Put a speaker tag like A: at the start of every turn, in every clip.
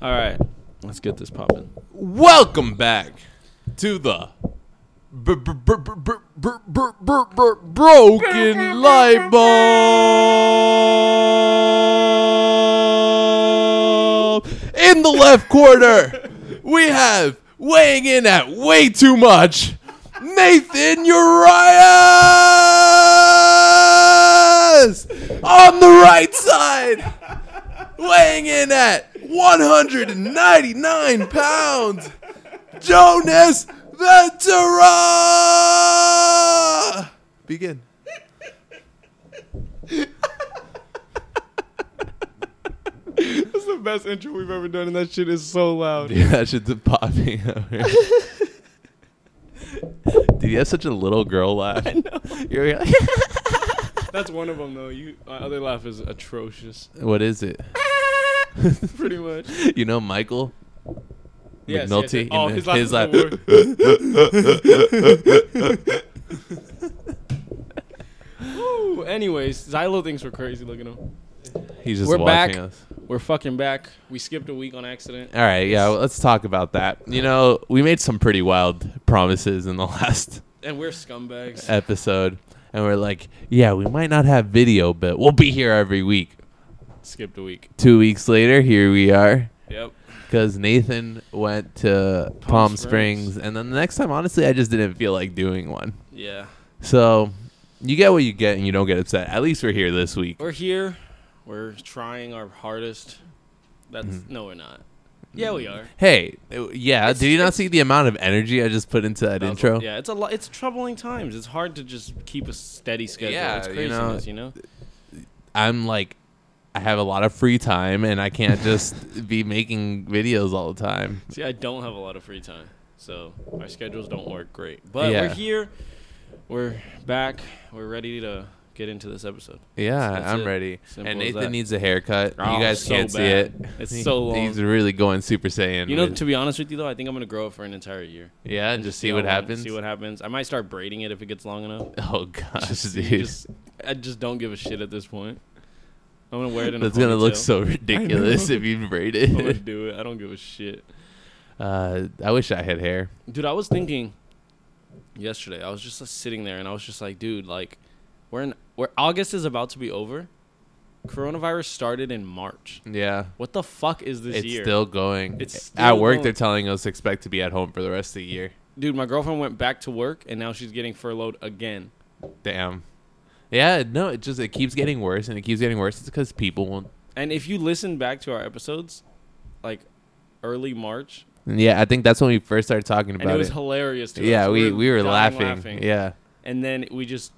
A: All right, let's get this popping.
B: Welcome back to the br- br- br- br- br- br- br- br- br- broken light bulb. In the left corner, we have weighing in at way too much, Nathan Urias. On the right side weighing in at 199 pounds, Jonas Ventura. Begin.
A: That's the best intro we've ever done, and that shit is so loud.
B: Yeah, that shit's popping out here. Dude, you have such a little girl laugh. I know. You're like,
A: That's one of them, though. You, my other laugh is atrocious,
B: what is it?
A: pretty much.
B: You know Michael
A: Yes, yes,
B: McNulty?
A: yes. Oh,
B: You
A: his
B: know,
A: laugh is the worst. Ooh, Anyways, Zylo thinks we're crazy. Look at him.
B: He's just
A: We're
B: watching
A: back.
B: us.
A: We're fucking back. We skipped a week on accident.
B: All right, yeah, well, let's talk about that. You know, we made some pretty wild promises in the last
A: And we're scumbags.
B: Uh, episode, and we're like, yeah, we might not have video, but we'll be here every week.
A: Skipped a week.
B: Two weeks later, here we are,
A: Yep.
B: because Nathan went to Palm,
A: Palm
B: Springs.
A: Springs.
B: and then the next time, honestly, I just didn't feel like doing one.
A: Yeah.
B: So you get what you get, and you don't get upset. At least we're here this week.
A: We're here. We're trying our hardest. That's
B: Mm-hmm.
A: no, we're not. Yeah, we are.
B: Hey, uh, yeah,
A: It's-
B: did you not
A: it's-
B: see the amount of energy I just put into that
A: That's-
B: intro?
A: Yeah, it's a lot. It's troubling times. It's hard to just keep a steady schedule.
B: Yeah,
A: it's
B: you know,
A: craziness, you know.
B: I'm like, I have a lot of free time, and I can't just be making videos all the time.
A: See, I don't have a lot of free time, so our schedules don't work great. But
B: Yeah.
A: we're here. We're back. We're ready to get into this episode.
B: Yeah,
A: That's
B: I'm
A: it.
B: ready.
A: Simple
B: and
A: as
B: Nathan
A: that.
B: needs a haircut.
A: Oh,
B: you guys
A: so
B: can't see it.
A: bad. It's so
B: He's
A: long.
B: really going Super Saiyan.
A: You know,
B: with-
A: to be honest with you though, I think I'm gonna grow it for an entire year.
B: yeah, and just see
A: how
B: what
A: long-
B: happens.
A: See what happens. I might start braiding it if it gets long enough.
B: oh gosh,
A: Just-
B: dude,
A: you just- I just don't give a shit at this point. I'm gonna wear it in a
B: that's gonna look
A: ponytail.
B: so ridiculous if you braid
A: I'm gonna
B: it.
A: do it. I don't give a shit.
B: uh, I wish I had hair.
A: Dude, I was thinking yesterday. I was just like, sitting there and I was just like, dude, like we're in we're August is about to be over. Coronavirus started in March.
B: Yeah,
A: What the fuck is this
B: it's
A: year?
B: still going.
A: It's
B: at
A: still
B: work,
A: going.
B: they're telling us expect to be at home for the rest of the year.
A: dude, my girlfriend went back to work and now she's getting furloughed again.
B: Damn. Yeah, no, it just it keeps getting worse and it keeps getting worse. It's because people won't.
A: And if you listen back to our episodes, like early March,
B: Yeah, I think that's when we first started talking
A: and
B: about
A: it was
B: it.
A: hilarious to us.
B: Yeah, we, we were
A: dying
B: laughing. Yeah.
A: and then we just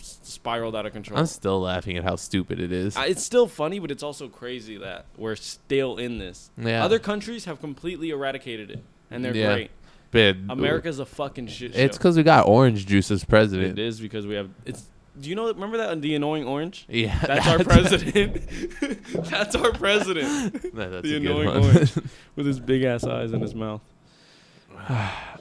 A: s- spiraled out of control.
B: I'm still laughing at how stupid it is.
A: I- it's still funny, but it's also crazy that we're still in this.
B: Yeah.
A: Other countries have completely eradicated it, and they're
B: Yeah.
A: great.
B: but
A: America's a fucking shit show.
B: It's because we got orange juice as
A: it
B: president.
A: is because we have. It's. Do you know? Remember that the annoying orange?
B: Yeah,
A: That's our president. that's our president
B: No, that's
A: The
B: a good
A: annoying
B: one.
A: orange. with his big ass eyes and his mouth.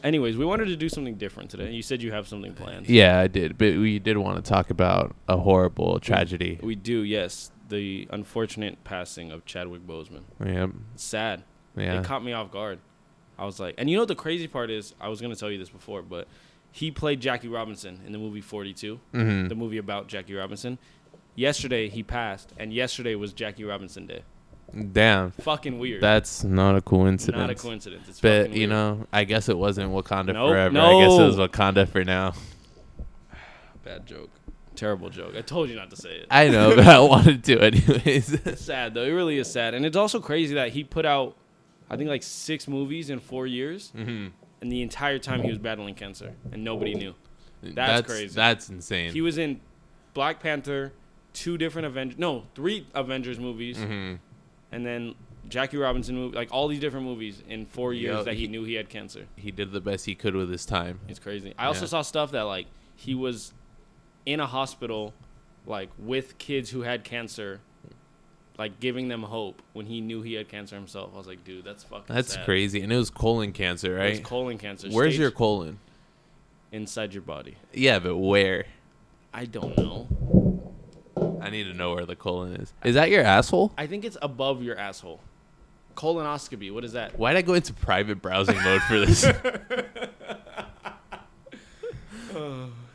A: Anyways, we wanted to do something different today. You said you have something planned.
B: yeah, I did, but we did want to talk about a horrible tragedy.
A: We do, yes. The unfortunate passing of Chadwick Boseman.
B: Yeah,
A: Sad.
B: yeah.
A: It caught me off guard. I was like, and you know what the crazy part is? I was gonna tell you this before, but he played Jackie Robinson in the movie Forty
B: Mhm.
A: the movie about Jackie Robinson. Yesterday he passed, and yesterday was Jackie Robinson Day.
B: Damn,
A: Fucking weird.
B: that's not a coincidence.
A: Not a coincidence. It's
B: But
A: fucking
B: you
A: weird.
B: know, I guess it wasn't Wakanda
A: Nope,
B: forever. I guess it was
A: no.
B: Wakanda for now.
A: bad joke, terrible joke. I told you not to say it.
B: I know, but I wanted to anyways.
A: It's sad though. It really is sad, and it's also crazy that he put out, I think like six movies in four years,
B: Mhm.
A: and the entire time he was battling cancer, and nobody knew. crazy.
B: That's insane.
A: He was in Black Panther, two different Avengers, no, three Avengers movies,
B: Mhm.
A: and then Jackie Robinson movie, like all these different movies in four years
B: Yo,
A: that he,
B: he-
A: knew he had cancer.
B: He did the best he could with his time.
A: It's crazy. I also
B: Yeah.
A: saw stuff that like he was in a hospital, like with kids who had cancer, like giving them hope when he knew he had cancer himself. I was like, dude, that's fucking.
B: That's
A: sad.
B: crazy. And it was colon cancer,
A: It's
B: right?
A: colon cancer.
B: Where's
A: stage
B: your colon?
A: inside your body?
B: Yeah, but where?
A: I don't know.
B: I need to know where the colon is. Is that your asshole?
A: I think it's above your asshole. Colonoscopy. What is that?
B: Why'd I go into private browsing mode for this?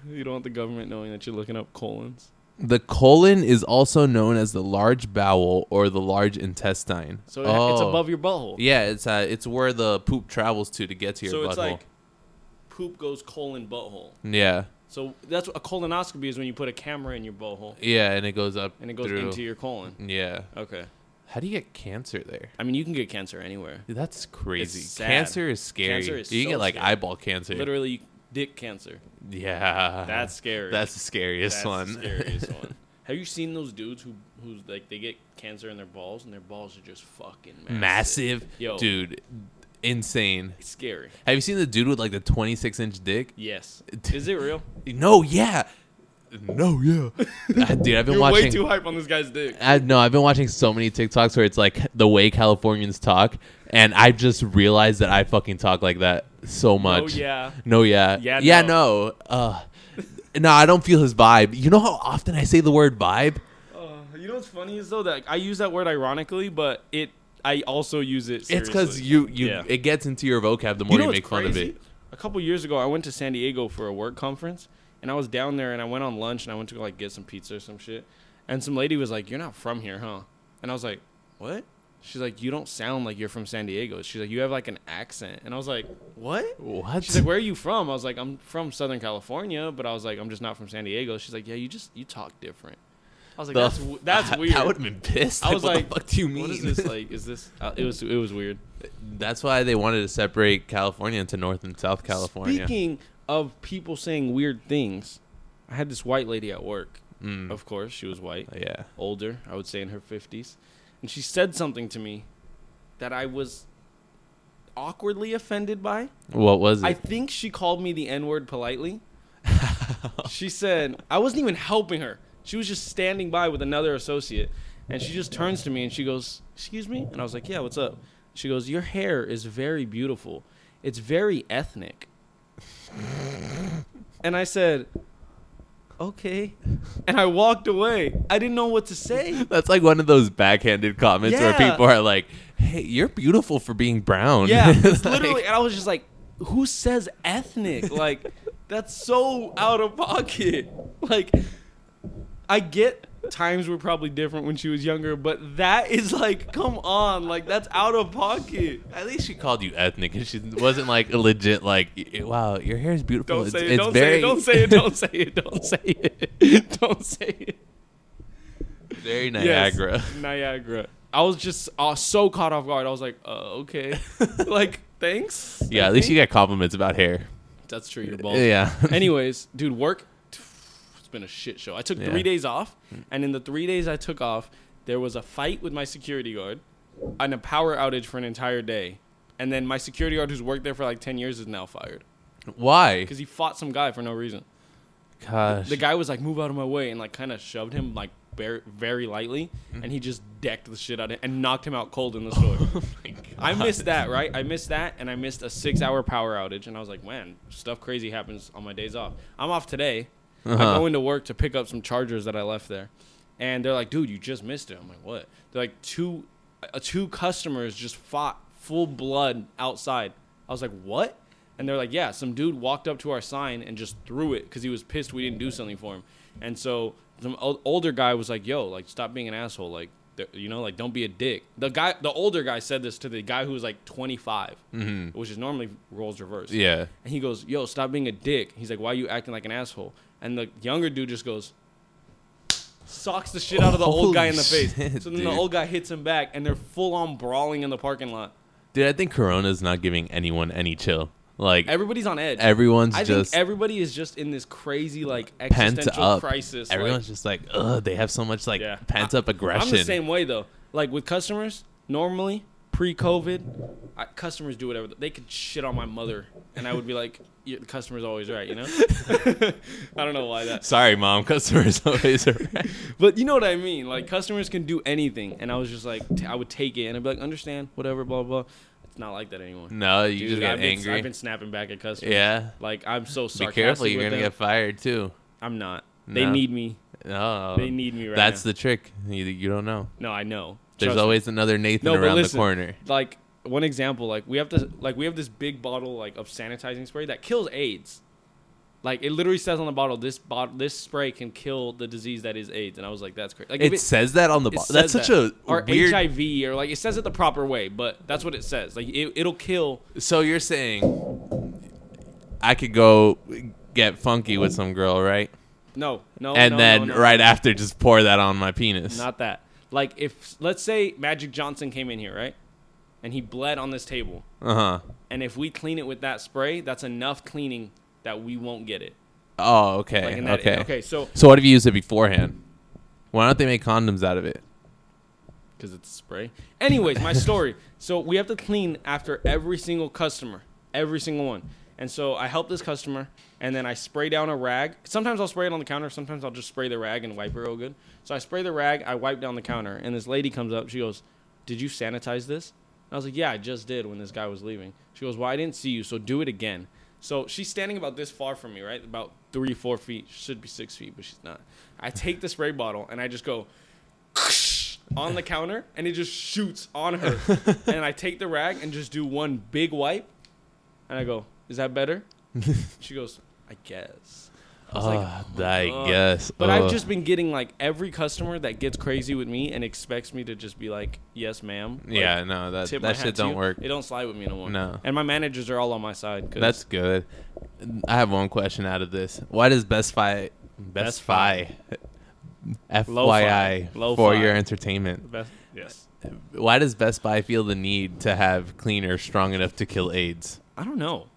A: You don't want the government knowing that you're looking up colons.
B: the colon is also known as the large bowel or the large intestine.
A: So it ha it's
B: Oh.
A: above your butthole.
B: Yeah, it's uh, it's where the poop travels to to get to your
A: so
B: butthole.
A: it's like poop goes colon butthole.
B: yeah,
A: So that's what a colonoscopy is when you put a camera in your butthole
B: yeah, and it goes up
A: and it goes
B: through.
A: into your colon.
B: yeah.
A: Okay.
B: How do you get cancer there?
A: I mean, you can get cancer anywhere.
B: Dude, that's crazy.
A: sad.
B: Cancer is scary.
A: Cancer is
B: you
A: so
B: get like
A: scary.
B: eyeball cancer.
A: Literally, you- dick cancer.
B: Yeah.
A: That's scary.
B: that's the scariest
A: That's
B: one.
A: The scariest one. Have you seen those dudes who who's like they get cancer in their balls and their balls are just fucking massive?
B: Massive,
A: Yo.
B: dude, insane.
A: It's scary.
B: Have you seen the dude with like the 26 inch dick?
A: Yes. Is it real?
B: No, yeah. No, yeah. Ah, dude, I've been
A: You're
B: watching.
A: way too hype on this guy's dick.
B: I no, I've been watching so many TikToks where it's like the way Californians talk, and I just realized that I fucking talk like that so much.
A: Oh yeah.
B: No, yeah.
A: Yeah,
B: Yeah,
A: no.
B: no. Uh, no, I don't feel his vibe. You know how often I say the word vibe?
A: Uh, you know what's funny is though that I use that word ironically, but it I also use it. Seriously.
B: It's because you you
A: Yeah.
B: it gets into your vocab the more
A: You
B: you,
A: know what's
B: make fun
A: crazy?
B: of it.
A: A couple years ago, I went to San Diego for a work conference, and I was down there, and I went on lunch, and I went to go, like get some pizza or some shit, and some lady was like, "You're not from here, huh?" And I was like, "What?" She's like, "You don't sound like you're from San Diego." She's like, "You have like an accent," and I was like, "What?"
B: What?
A: She's like, "Where are you from?" I was like, "I'm from Southern California," but I was like, "I'm just not from San Diego." She's like, "Yeah, you just you talk different." I was like,
B: The
A: "That's w- that's
B: f-
A: weird."
B: I would have been pissed.
A: I was
B: what
A: like,
B: the fuck do you mean?
A: What is this like? Is this? Uh, it was. It was weird.
B: That's why they wanted to separate California into North and South California.
A: Speaking of people saying weird things, I had this white lady at work.
B: Mm.
A: Of course, she was white,
B: yeah.
A: older. I would say in her fifties, and she said something to me that I was awkwardly offended by.
B: What was it?
A: I think she called me the N word politely. she said, I wasn't even helping her. She was just standing by with another associate. And she just turns to me and she goes, Excuse me? And I was like, Yeah, what's up? She goes, Your hair is very beautiful. It's very ethnic. and I said, Okay. And I walked away. I didn't know what to say.
B: That's like one of those backhanded comments
A: Yeah.
B: where people are like, "Hey, you're beautiful for being brown."
A: Yeah, it's
B: Like,
A: literally. And I was just like, who says ethnic? Like, that's so out of pocket. Like, I get times were probably different when she was younger, but that is like, come on, like that's out of pocket.
B: At least she called you ethnic, and she wasn't like a legit like, "Y- "Wow, your hair is beautiful."
A: Don't
B: it's,
A: say it.
B: it's
A: Don't
B: very,
A: say it. Don't say it. Don't say it. Don't say it. Don't say it.
B: very
A: Yes,
B: Niagara.
A: Niagara. I was just uh, so caught off guard. I was like, uh, okay, like thanks.
B: Yeah, at least you got compliments about hair.
A: That's true. You're bald.
B: Uh, Yeah.
A: Anyways, dude, work. It's been a shit show. I took
B: Yeah. Hmm.
A: three days off, and in the three days I took off, there was a fight with my security guard, and a power outage for an entire day, and then my security guard who's worked there for like ten years is now fired
B: Why?
A: because he fought some guy for no reason.
B: Gosh.
A: The guy was like, "Move out of my way," and like kind of shoved him like very, very lightly,
B: Hmm.
A: and he just decked the shit out of him and knocked him out cold in the store. I missed that, right? I missed that, and I missed a six-hour power outage, and I was like, "Man, stuff crazy happens on my days off." I'm off today. I
B: Uh-huh.
A: go into work to pick up some chargers that I left there, and they're like, "Dude, you just missed it." I'm like, "What?" They're like, two, uh, two customers just fought full blood outside." I was like, "What?" And they're like, "Yeah, some dude walked up to our sign and just threw it because he was pissed we didn't do something for him." And so some ol- older guy was like, "Yo, like, stop being an asshole, like." th- you know, like don't be a dick. The guy, the older guy, said this to the guy who was like 25, which is normally roles reversed.
B: Mm-hmm. Yeah.
A: And he goes, "Yo, stop being a dick." He's like, "Why are you acting like an asshole?" And the younger dude just goes, socks the shit out of the old
B: Holy
A: guy in the face.
B: shit,
A: so then the
B: dude.
A: old guy hits him back, and they're full on brawling in the parking lot.
B: Dude, I think Corona's not giving anyone any chill. Like
A: Everybody's on edge.
B: everyone's
A: I think
B: just
A: everybody is just in this crazy like
B: pent
A: existential
B: up.
A: crisis. like-
B: Everyone's just like, "Ugh, they have so much like
A: Yeah.
B: pent up aggression."
A: I'm the same way though. Like with customers, normally pre-COVID, I, customers do whatever they could shit on my mother, and I would be like, yeah, "The customer's always right," you know. I don't know why that,
B: Sorry, mom. Customers always are. right.
A: but you know what I mean. Like customers can do anything, and I was just like, t- I would take it and I'd be like, "Understand, whatever, blah blah." It's not like that anymore.
B: No, Mm, you
A: Dude,
B: just get
A: I've been,
B: angry.
A: I've been snapping back at customers.
B: yeah.
A: Like I'm so
B: Be
A: sarcastic.
B: careful, you're
A: with
B: gonna
A: them.
B: get fired too. Oh,
A: I'm not. They
B: No.
A: need me.
B: No,
A: They need me right
B: that's
A: now.
B: the trick. You, you don't know.
A: no, I know.
B: There's
A: Trust me.
B: always another Nathan
A: No, but
B: around
A: listen,
B: the corner.
A: like one example, like we have to, like we have this big bottle like of sanitizing spray that kills AIDS. Like it literally says on the bottle, this bottle, this spray can kill the disease that is AIDS, and I was like, that's crazy. Like if
B: It says that on the
A: it
B: box. That's
A: says
B: such a
A: that. or
B: weird.
A: HIV or like it says it the proper way, but that's what it says. Like it, it'll kill.
B: So you're saying I could go get funky with some girl, right?
A: No, no,
B: and
A: no,
B: then
A: no, no.
B: right after, just pour that on my penis.
A: Not that. Like if let's say Magic Johnson came in here, right? And he bled on this table.
B: uh huh.
A: And if we clean it with that spray, that's enough cleaning that we won't get it.
B: Oh, okay.
A: Like in that
B: okay.
A: okay, so
B: So what if you use it beforehand? Why don't they make condoms out of it?
A: because it's spray. Anyways, my story. So we have to clean after every single customer, every single one. And so I help this customer, and then I spray down a rag. Sometimes I'll spray it on the counter. Sometimes I'll just spray the rag and wipe it real good. So I spray the rag, I wipe down the counter, and this lady comes up. She goes, "Did you sanitize this?" And I was like, "Yeah, I just did when this guy was leaving." She goes, "Well, I didn't see you, so do it again." So she's standing about this far from me, right? About three, four feet. She should be six feet, but she's not. I take the spray bottle and I just go, on the counter and it just shoots on her. and I take the rag and just do one big wipe and I go, Is that better? she goes, I guess. I was like,
B: Ugh, Ah, I
A: "Ugh."
B: guess.
A: But I've
B: Ugh.
A: just been getting like every customer that gets crazy with me and expects me to just be like, Yes, ma'am. Like,
B: yeah, no, that
A: tip my
B: that
A: hat
B: shit
A: to
B: don't
A: you.
B: work.
A: It don't slide with me no more.
B: No.
A: And my managers are all on my side. 'cause
B: That's good. I have one question out of this. Why does Best Fi Best
A: Best
B: Fi
A: Lo-fi.
B: FYI
A: Lo-fi.
B: for your entertainment?
A: best. Yes.
B: Why does Best Buy feel the need to have cleaner strong enough to kill AIDS?
A: I don't know.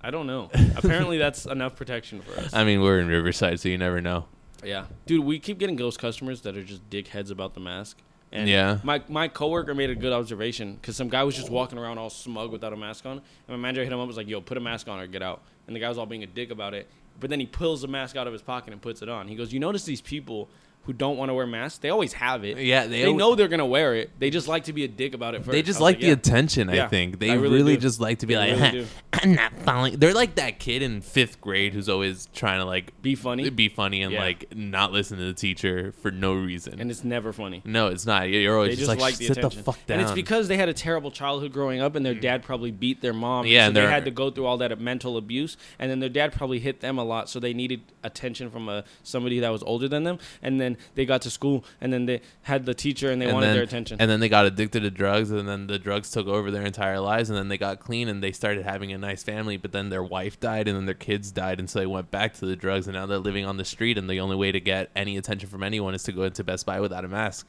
A: I don't know. Apparently, that's enough protection for us.
B: I mean, we're in Riverside, so you never know.
A: Yeah, dude, we keep getting ghost customers that are just dickheads about the mask. And
B: Yeah.
A: my my coworker made a good observation because some guy was just walking around all smug without a mask on, and my manager hit him up was like, "Yo, put a mask on or get out." And the guy was all being a dick about it, but then he pulls the mask out of his pocket and puts it on. He goes, "You notice these people who don't want to wear masks? They always have it.
B: Yeah, they
A: they,
B: al-
A: know they're gonna wear it. They just like to be a dick about it first.
B: They
A: I
B: just
A: was
B: like the
A: "Yeah."
B: attention, I
A: Yeah,
B: think. They
A: I
B: really,
A: really do.
B: just like to be
A: They
B: like,
A: really do.
B: I'm not following. They're like that kid in fifth grade who's always trying to like
A: be funny,
B: be funny and
A: Yeah.
B: like not listen to the teacher for no reason.
A: and it's never funny.
B: no, it's not. You're always
A: They
B: just,
A: just
B: like,
A: like,
B: "Shh,
A: the
B: sit
A: attention.
B: the fuck down.
A: And it's because they had a terrible childhood growing up, and their dad probably beat their mom.
B: Yeah,
A: so
B: and
A: they
B: they're-
A: had to go through all that mental abuse, and then their dad probably hit them a lot, so they needed attention from a somebody that was older than them. And then they got to school, and then they had the teacher, and they wanted
B: then,
A: their attention.
B: And then they got addicted to drugs, and then the drugs took over their entire lives, and then they got clean, and they started having a nice family. But then their wife died, and then their kids died, and so they went back to the drugs, and now they're living on the street, and the only way to get any attention from anyone is to go into Best Buy without a mask.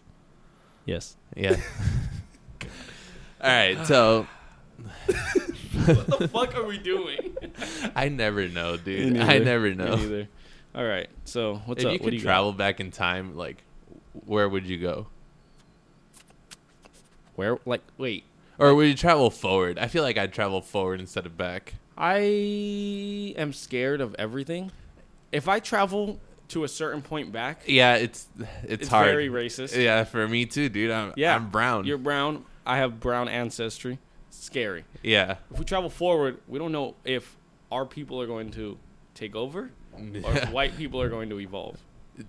A: yes.
B: Yeah. All right, so
A: what the fuck are we doing?
B: I never know, dude.
A: Me
B: I
A: neither.
B: never
A: Me
B: know.
A: neither. All right. So what's
B: if
A: up?
B: you
A: what
B: could
A: do you got?
B: travel back in time, like, where would you go?
A: Where? Like, wait.
B: Or would you travel forward? I feel like I'd travel forward instead of back.
A: I am scared of everything. If I travel to a certain point back,
B: Yeah, it's it's,
A: it's
B: hard.
A: very racist.
B: Yeah, for me too, dude. I'm
A: Yeah.
B: I'm brown.
A: You're brown. I have brown ancestry. Scary.
B: yeah.
A: If we travel forward, we don't know if our people are going to take over or if white people are going to evolve.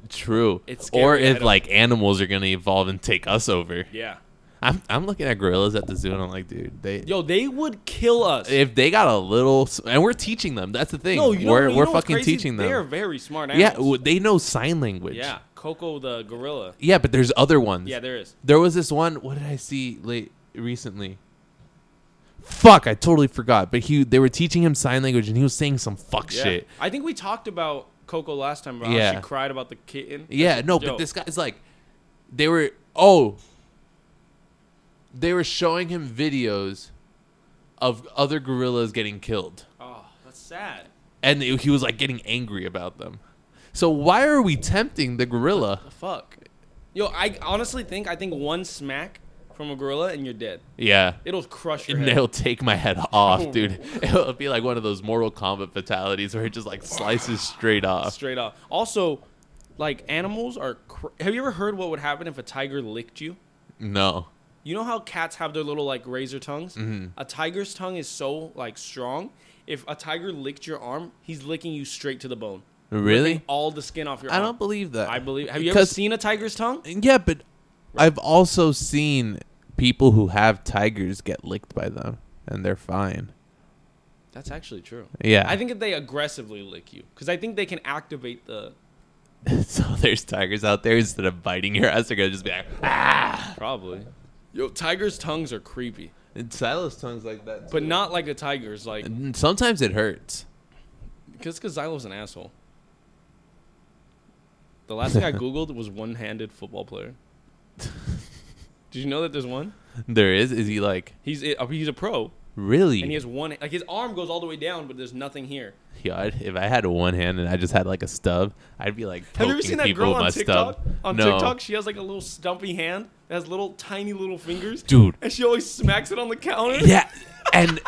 B: True.
A: It's
B: or
A: scary, I
B: if
A: don't-
B: like animals are gonna evolve and take us over.
A: Yeah.
B: I'm I'm looking at gorillas at the zoo and I'm like, dude, they
A: Yo, they would kill us.
B: if they got a little s- and we're teaching them. That's the thing.
A: no, you know,
B: we're
A: you
B: we're
A: know what's
B: fucking
A: crazy?
B: teaching
A: They are
B: them.
A: very smart
B: Yeah,
A: animals.
B: w- they know sign language.
A: yeah. Coco the gorilla.
B: Yeah, but there's other ones.
A: Yeah, there is.
B: There was this one. What did I see late recently? Fuck, I totally forgot. But he, they were teaching him sign language, and he was saying some fuck
A: Yeah.
B: shit.
A: I think we talked about Coco last time about
B: Yeah.
A: how she cried about the kitten.
B: Yeah, no,
A: Yo.
B: but this guy's like, they were oh, they were showing him videos of other gorillas getting killed,
A: Oh, that's sad.
B: and he was like getting angry about them. So why are we tempting the gorilla?
A: The fuck. Yo, I honestly think I think one smack from a gorilla and you're dead.
B: Yeah.
A: It'll crush your
B: And
A: head.
B: they'll take my head
A: Oh.
B: off, dude. It'll be like one of those Mortal Kombat fatalities where it just like slices straight off.
A: straight off. Also, like animals are. Cr- have you ever heard what would happen if a tiger licked you?
B: No.
A: You know how cats have their little like razor tongues.
B: Mm-hmm.
A: A tiger's tongue is so like strong. If a tiger licked your arm, he's licking you straight to the bone,
B: Really?
A: all the skin off your
B: I
A: arm.
B: don't believe that.
A: I believe. Have you ever
B: 'Cause-
A: seen a tiger's tongue?
B: Yeah, but I've also seen people who have tigers get licked by them, and they're fine.
A: That's actually true.
B: Yeah,
A: I think that they aggressively lick you because I think they can activate the
B: so. There's tigers out there instead of biting your ass, they're gonna just be like, ah.
A: probably. Yo, tigers' tongues are creepy,
B: And Silas tongues like that,
A: but not like a tiger's. Like,
B: And sometimes it hurts.
A: because because Xylo's an asshole. The last thing I googled was one-handed football player. Did you know that there's one?
B: There is. Is he like
A: He's a, uh, he's a pro,
B: really?
A: and he has one like his arm goes all the way down, but there's nothing here.
B: Yo, I'd- if I had one hand and I just had like a stub, I'd be like
A: Have
B: poking
A: you ever seen that
B: people
A: girl
B: with my
A: on TikTok?
B: stub.
A: On
B: no.
A: TikTok, she has like a little stumpy hand that has little tiny little fingers,
B: Dude.
A: and she always smacks it on the counter.
B: Yeah, and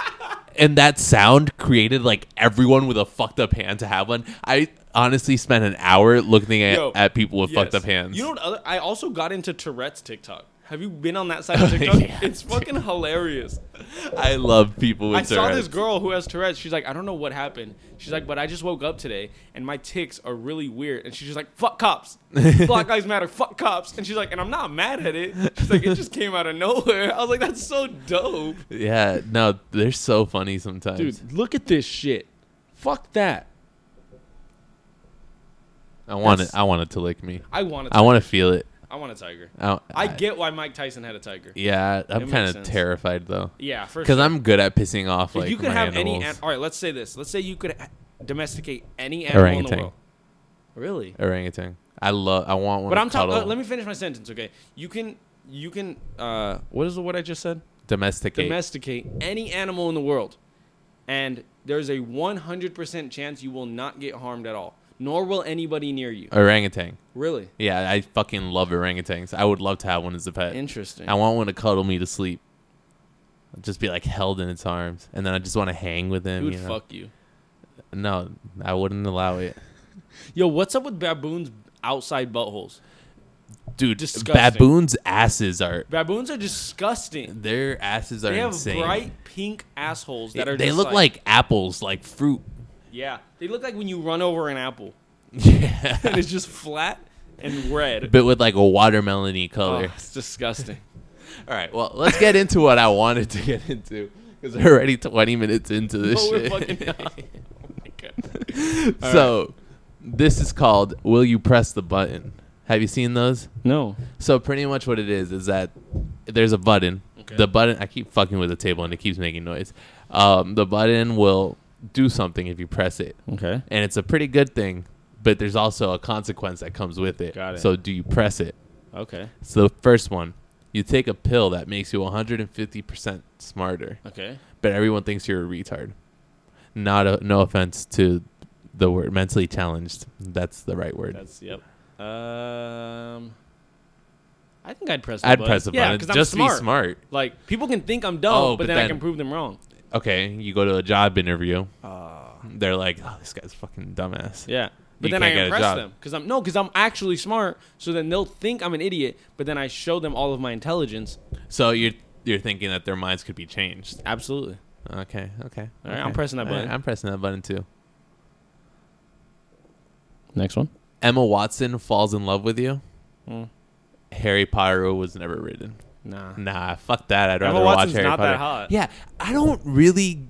B: and that sound created like everyone with a fucked up hand to have one. I honestly spent an hour looking at,
A: Yo,
B: at people with fucked
A: Yes.
B: up hands.
A: You know what? Other, I also got into Tourette's TikTok. Have you been on that side of TikTok?
B: Oh, Yeah.
A: It's fucking hilarious.
B: I love people with
A: I saw this
B: Tourette's.
A: girl who has Tourette's. She's like, I don't know what happened. She's like, but I just woke up today and my ticks are really weird. And she's just like, fuck cops. Black Lives Matter, fuck cops. And she's like, and I'm not mad at it. She's like, it just came out of nowhere. I was like, that's so dope.
B: Yeah, no, they're so funny sometimes.
A: Dude, look at this shit. Fuck that.
B: I want it.
A: that's-
B: I want it to lick me.
A: I want a
B: I
A: tiger.
B: want to feel it.
A: I want a tiger.
B: I,
A: I get why Mike Tyson had a tiger.
B: Yeah, I'm
A: makes
B: kind of
A: sense.
B: terrified though,
A: Yeah, for
B: because
A: sure.
B: I'm good at pissing off
A: If
B: like
A: you could
B: my
A: have
B: animals.
A: any, an- all right. Let's say this. Let's say you could a- domesticate any animal in
B: Orangutan.
A: the world. Really?
B: orangutan. I love. I want one.
A: But
B: to
A: I'm talking.
B: cuddle.
A: let me finish my sentence, okay? You can, you can. Uh, what is the word I just said?
B: domesticate.
A: Domesticate any animal in the world, and there's a 100% chance you will not get harmed at all, nor will anybody near you.
B: orangutan.
A: Really?
B: Yeah, I fucking love orangutans. I would love to have one as a pet.
A: Interesting.
B: Uh, I want one to cuddle me to sleep. I'd just be like held in its arms, and then I just want to hang with
A: He
B: him.
A: would
B: you know?
A: fuck you.
B: No, I wouldn't allow it,
A: Yo, what's up with baboons outside buttholes?
B: dude.
A: Disgusting.
B: Baboons' asses are
A: Baboons are disgusting.
B: their asses are
A: They have
B: insane.
A: bright pink assholes that are.
B: they
A: just
B: look like apples, like fruit.
A: Yeah, they look like when you run over an apple
B: Yeah,
A: and it's just flat and red.
B: but with like a watermelony
A: Oh,
B: color.
A: it's disgusting.
B: All right, well, let's get into what I wanted to get into because we're already 20 minutes into this
A: But we're
B: shit.
A: fucking. oh my god.
B: so, this is called "Will You Press the Button." Have you seen those?
A: No.
B: So pretty much what it is is that there's a button.
A: Okay.
B: The button I keep fucking with the table and it keeps making noise. Um, the button will do something if you press it,
A: Okay.
B: and it's a pretty good thing. But there's also a consequence that comes with it.
A: Got it.
B: So do you press it?
A: Okay.
B: So the first one, you take a pill that makes you 150% smarter,
A: Okay.
B: but everyone thinks you're a retard. Not a, no offense to the word mentally challenged. That's the right word.
A: That's yep. Um. I think I'd press. The
B: I'd
A: button.
B: press the
A: Yeah,
B: button.
A: 'cause I'm
B: Just
A: smart.
B: be smart.
A: Like people can think I'm dumb,
B: Oh,
A: but,
B: but
A: then, I
B: then-
A: can prove them wrong.
B: okay, you go to a job interview.
A: Uh,
B: They're like, oh, this guy's fucking dumbass.
A: yeah. But
B: You
A: then I
B: can't get a
A: impress
B: job.
A: them because I'm no, because I'm actually smart. So then they'll think I'm an idiot, but then I show them all of my intelligence.
B: So you're you're thinking that their minds could be changed.
A: Absolutely.
B: Okay, okay.
A: All right,
B: okay.
A: I'm pressing that
B: All right,
A: button.
B: I'm pressing that button too.
A: Next one.
B: Emma Watson falls in love with you.
A: Mm.
B: Harry Potter was never written.
A: Nah.
B: Nah, fuck that. I'd
A: Emma
B: rather
A: Watson's
B: watch Harry
A: not that
B: Potter.
A: hot.
B: Yeah, I don't really.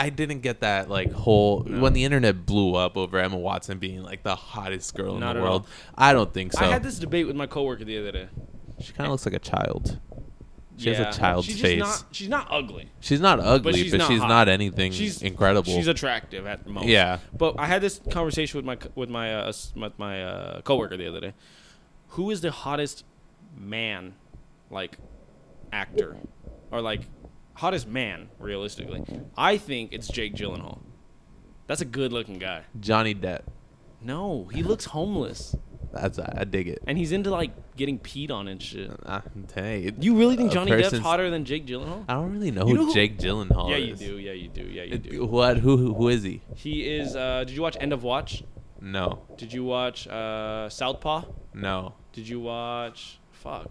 B: I didn't get that like whole when the internet blew up over Emma Watson being like the hottest girl in
A: Not
B: the
A: at
B: world. I don't think so.
A: I had this debate with my coworker the other day.
B: she kind of looks like a child. She has a
A: Yeah.
B: child's
A: she's
B: face.
A: Just not, she's not ugly.
B: She's not ugly, but
A: she's
B: she's,
A: not
B: not,
A: hot.
B: anything
A: She's
B: incredible.
A: She's attractive at the moment.
B: Yeah.
A: But I had this conversation with my co- with my uh, s- with my uh, coworker the other day. Who is the hottest man, like actor, or like hottest man realistically? I think it's Jake Gyllenhaal. That's a good-looking guy.
B: Johnny Depp.
A: No, he looks homeless,
B: That's I dig it.
A: and he's into like getting peed on and shit.
B: Uh, hey, it-
A: You really think
B: a
A: Johnny Depp's
B: person's-
A: hotter than Jake Gyllenhaal?
B: I don't really know
A: You
B: who,
A: know who-
B: Jake Gyllenhaal
A: Yeah, you
B: is.
A: do. Yeah, you do. Yeah, you
B: It-
A: do.
B: What? Who? Who who is he?
A: He is. Uh, did you watch End of Watch?
B: No,
A: Did you watch uh, Southpaw?
B: no.
A: Did you watch? Fuck,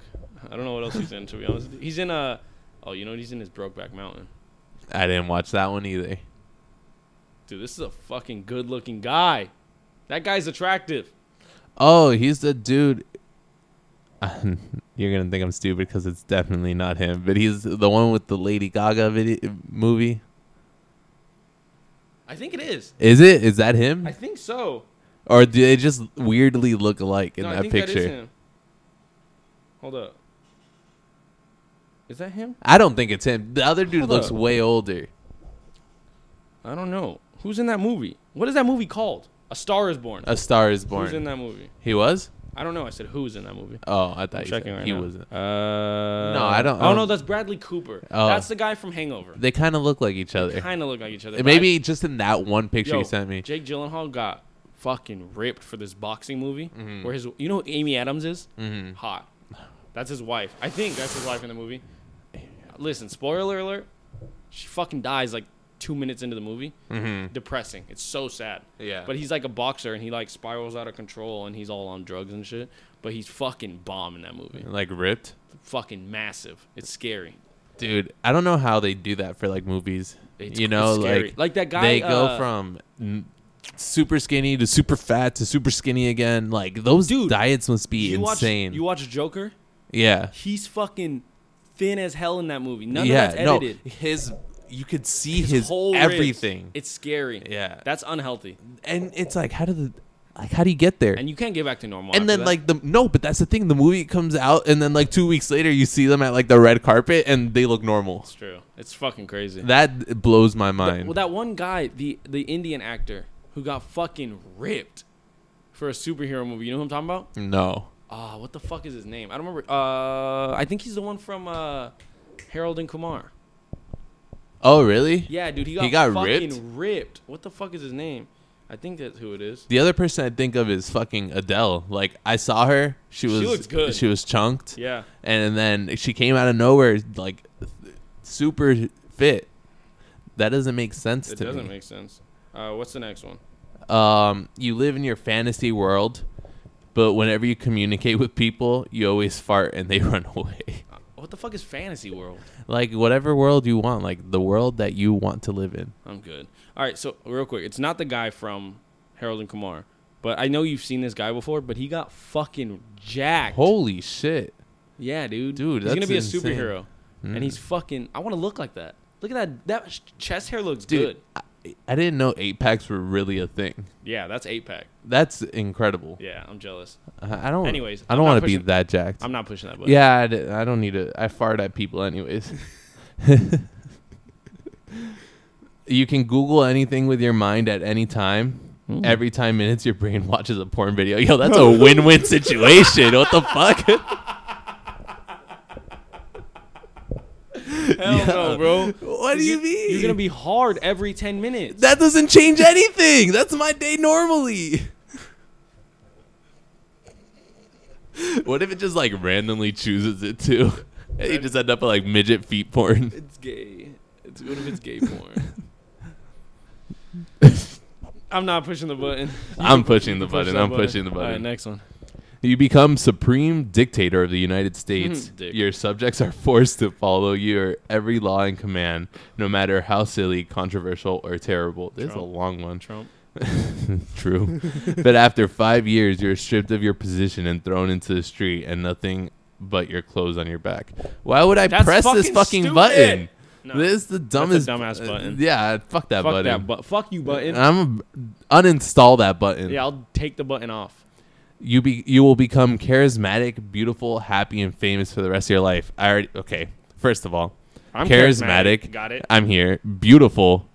A: I don't know what else he's in. To be honest, he's in a. Oh, you know what? He's in his Brokeback Mountain.
B: I didn't watch that one either.
A: Dude, this is a fucking good-looking guy. That guy's attractive.
B: Oh, he's the dude. You're gonna think I'm stupid because it's definitely not him, but he's the one with the Lady Gaga video movie.
A: I think it is.
B: Is it? Is that him?
A: I think so.
B: Or do they just weirdly look alike in
A: no, I
B: that
A: think
B: picture?
A: that is him. Hold up. Is that him?
B: I don't think it's him. The other dude
A: Hold
B: looks
A: up.
B: way older.
A: I don't know. Who's in that movie? What is that movie called? A Star is Born.
B: A Star Is
A: Who's
B: Born.
A: in that movie?
B: He was?
A: I don't know. I said who's in that movie.
B: Oh, I thought
A: I'm
B: you
A: checking
B: said
A: right
B: he
A: now.
B: wasn't.
A: Uh,
B: No, I don't- I
A: Oh no,
B: don't-
A: that's Bradley Cooper.
B: Oh.
A: That's the guy from Hangover.
B: They kind of look like each other.
A: Kind of look like each other.
B: And
A: but
B: Maybe just in that one
A: I-
B: picture
A: yo,
B: you sent me.
A: Jake Gyllenhaal got fucking ripped for this boxing movie
B: Mm-hmm.
A: where his you know who Amy Adams is hot. That's his wife. I think that's his wife in the movie. Listen, spoiler alert. She fucking dies like two minutes into the movie. Depressing. It's so sad.
B: Mm-hmm. Yeah.
A: But he's like a boxer and he like spirals out of control and he's all on drugs and shit. But he's fucking bomb in that movie.
B: Like ripped.
A: Fucking massive. It's scary.
B: Dude, I don't know how they do that for like movies.
A: It's-
B: you know,
A: it's scary.
B: like
A: Like that guy,
B: They go
A: uh,
B: from n- super skinny to super fat to super skinny again. Like those
A: Dude,
B: diets must be
A: You watch
B: insane.
A: you watch Joker?
B: yeah.
A: He's fucking thin as hell in that movie. None
B: yeah.
A: of that's edited.
B: No, his you could see his,
A: Whole ribs.
B: everything.
A: It's scary.
B: Yeah.
A: That's unhealthy.
B: and it's like how do the like how do you get there?
A: And you can't get back to normal. after
B: and then
A: that.
B: like the no, but that's the thing. The movie comes out, and then like two weeks later, you see them at like the red carpet, and they look normal.
A: it's true. It's fucking crazy.
B: That blows my mind.
A: well, that one guy, the the Indian actor who got fucking ripped for a superhero movie. You know who I'm talking about?
B: no,
A: Ah, what the fuck is his name? I don't remember. Uh, I think he's the one from uh, Harold and Kumar.
B: oh really?
A: Yeah, dude, he got,
B: He got
A: fucking
B: ripped?
A: ripped? What the fuck is his name? I think that's who it is.
B: The other person I think of is fucking Adele. Like I saw her, she was
A: looks good.
B: She was chunked,
A: Yeah.
B: and then she came out of nowhere like th- super fit. That doesn't make sense
A: It
B: to
A: doesn't
B: me.
A: make sense. Uh, what's the next one?
B: um, you live in your fantasy world, but whenever you communicate with people, you always fart and they run away.
A: Uh, What the fuck is fantasy world?
B: like whatever world you want, like the world that you want to live in.
A: I'm good. All right, so real quick, it's not the guy from Harold and Kumar, but I know you've seen this guy before, but he got fucking jacked.
B: Holy shit!
A: yeah, dude.
B: Dude,
A: he's gonna
B: that's
A: be a
B: insane. Mm.
A: superhero, and he's fucking. I want to look like that. Look at that. That sh- chest hair looks
B: Dude,
A: good.
B: I, I didn't know eight packs were really a thing.
A: Yeah, that's eight pack.
B: That's incredible.
A: Yeah, I'm jealous.
B: I I don't.
A: Anyways,
B: I
A: I'm
B: don't
A: not
B: want to be
A: pushing-
B: that jacked.
A: I'm not pushing that button.
B: yeah, I, d- I don't need to. I fart at people anyways. you can Google anything with your mind at any time. Every time minutes your brain watches a porn video. Yo, that's a win-win situation. What the fuck?
A: Hell
B: Yeah.
A: no, bro.
B: What do you mean?
A: You're gonna be hard every ten minutes.
B: That doesn't change anything. That's my day normally. what if it just like randomly chooses it to? And you just end up with like midget feet porn.
A: It's gay. It's what if it's gay porn? I'm not pushing the button.
B: I'm pushing the
A: Push
B: button.
A: that
B: I'm pushing the
A: All right,
B: button.
A: next one.
B: You become supreme dictator of the United States.
A: Dick.
B: Your subjects are forced to follow your every law and command, no matter how silly, controversial, or terrible. This is a
A: Trump.
B: long one.
A: Trump.
B: True. but after five years, you're stripped of your position and thrown into the street, and nothing but your clothes on your back. Why would I
A: That's
B: press this
A: fucking
B: fucking
A: stupid.
B: button?
A: No.
B: This is the dumbest
A: dumbass
B: uh,
A: button.
B: yeah, fuck that
A: Fuck
B: button. Uh,
A: that but fuck you button.
B: I'm uninstall that button.
A: yeah, I'll take the button off.
B: You be you will become charismatic, beautiful, happy, and famous for the rest of your life. I already okay. First of all,
A: I'm
B: charismatic.
A: charismatic. Got it.
B: I'm here. Beautiful.